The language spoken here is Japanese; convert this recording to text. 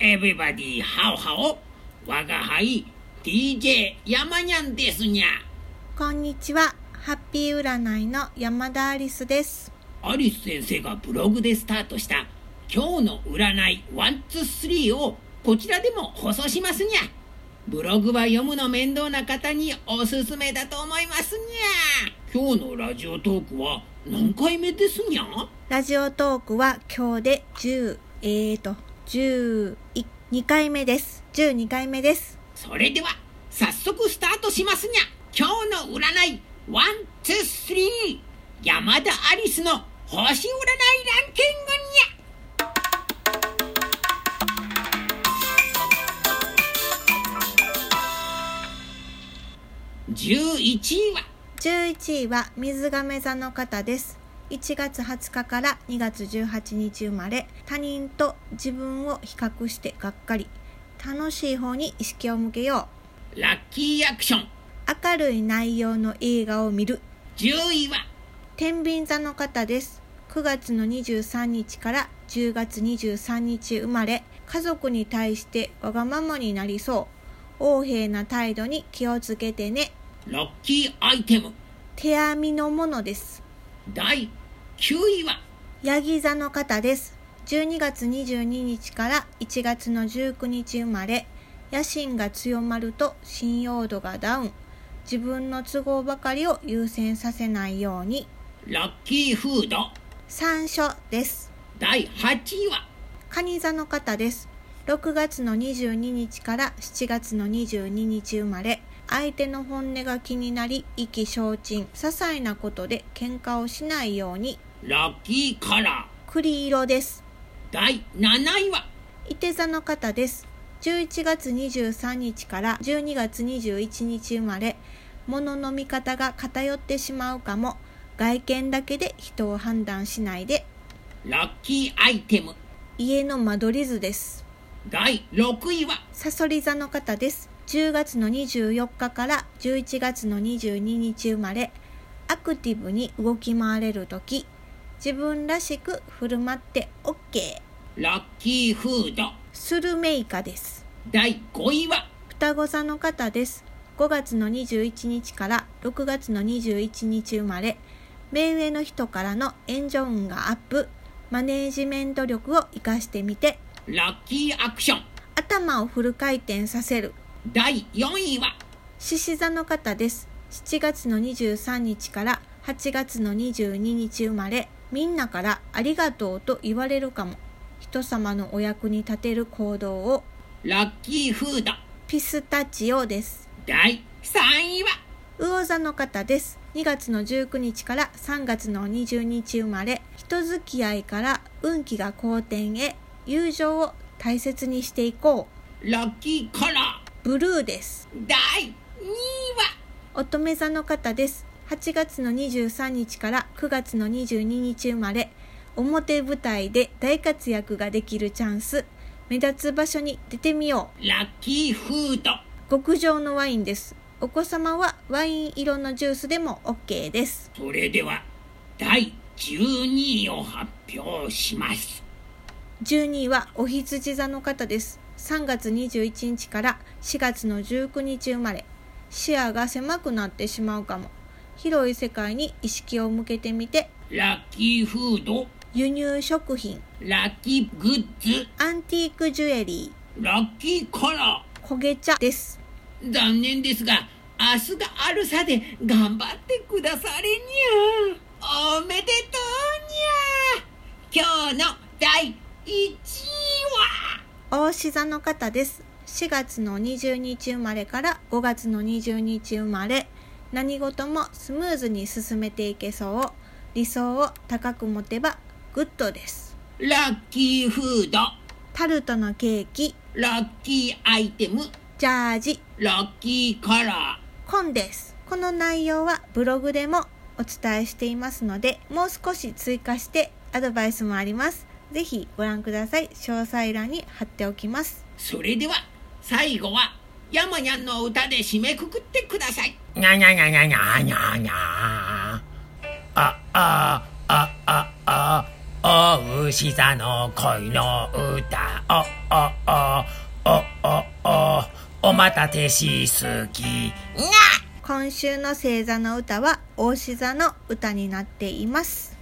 Everybody, ハオハオ。我が輩、DJ 山にゃんですにゃ。こんにちは。ハッピー占いの山田アリスです。アリス先生がブログでスタートした今日の占い123をこちらでも放送しますにゃ。ブログは読むの面倒な方におすすめだと思いますにゃ。今日のラジオトークは何回目ですにゃラジオトークは今日で10、えーと、12回目です。12回目です。それでは早速スタートしますにゃ。今日の占い123山田アリスの星占いランキングにゃ。11位は11位は水亀座の方です。1月20日から2月18日生まれ、他人と自分を比較してがっかり、楽しい方に意識を向けよラッキーアクションう、明るい内容の映画を見る、 10位は天秤座の方です9月の23日から10月23日生まれ家族に対してわがままになりそう横柄な態度に気をつけてねラッキーアイテム手編みのものです第9位はヤギ座の方です12月22日から1月の19日生まれ野心が強まると信用度がダウン自分の都合ばかりを優先させないようにラッキーフード山椒です第8位はカニ座の方です。6月の22日から7月の22日生まれ、相手の本音が気になり、意気消沈、些細なことで喧嘩をしないように、ラッキーカラ栗色です。ー第7位は伊手座の方です。11月23日から12月21日生まれ、物の見方が偏ってしまうかも、外見だけで人を判断しないで、ラッキーアイテム家の間取り図です。第6位はサソリ座の方です。10月の24日から11月の22日生まれ、アクティブに動き回れるとき、自分らしく振る舞って OK。ラッキーフードスルメイカです。第5位は双子座の方です。5月の21日から6月の21日生まれ、目上の人からの援助運がアップ、マネージメント力を活かしてみて、ラッキーアクション頭をフル回転させる。第4位は獅子座の方です7月の23日から8月の22日生まれみんなからありがとうと言われるかも人様のお役に立てる行動をラッキーフードピスタチオです第3位は魚座の方です2月の19日から3月の20日生まれ人付き合いから運気が好転へ友情を大切にしていこうラッキーカラーブルーです第2位は乙女座の方です8月の23日から9月の22日生まれ表舞台で大活躍ができるチャンス目立つ場所に出てみよラッキーフードう極上のワインですお子様はワイン色のジュースでも OK ですそれでは第12位を発表します12位はお羊座の方です3月21日から4月の19日生まれ視野が狭くなってしまうかも広い世界に意識を向けてみてラッキーフード輸入食品ラッキーグッズアンティークジュエリラッキーカラー、焦げ茶です。ー残念ですが明日があるさで頑張ってくだされにゃおめでとうにゃ今日の第1位は大志座の方です。4月の20日生まれから5月の20日生まれ、何事もスムーズに進めていけそう。理想を高く持てばグッドです。ラッキーフードタルトのケーキ、ラッキーアイテムジャージ、ラッキーカラコンです。この内容はブログでもお伝えしていますので、もう少し追加してアドバイスもあります。ぜひご覧ください。詳細欄に貼っておきます。ーそれでは最後はヤマニャンの歌で締めくくってくださいにゃにゃにゃにゃにゃにゃにゃああああああうし座の恋の歌お、お、お、お、お、お、お待たせしすぎ。今週の星座の歌は、大志座の歌になっています。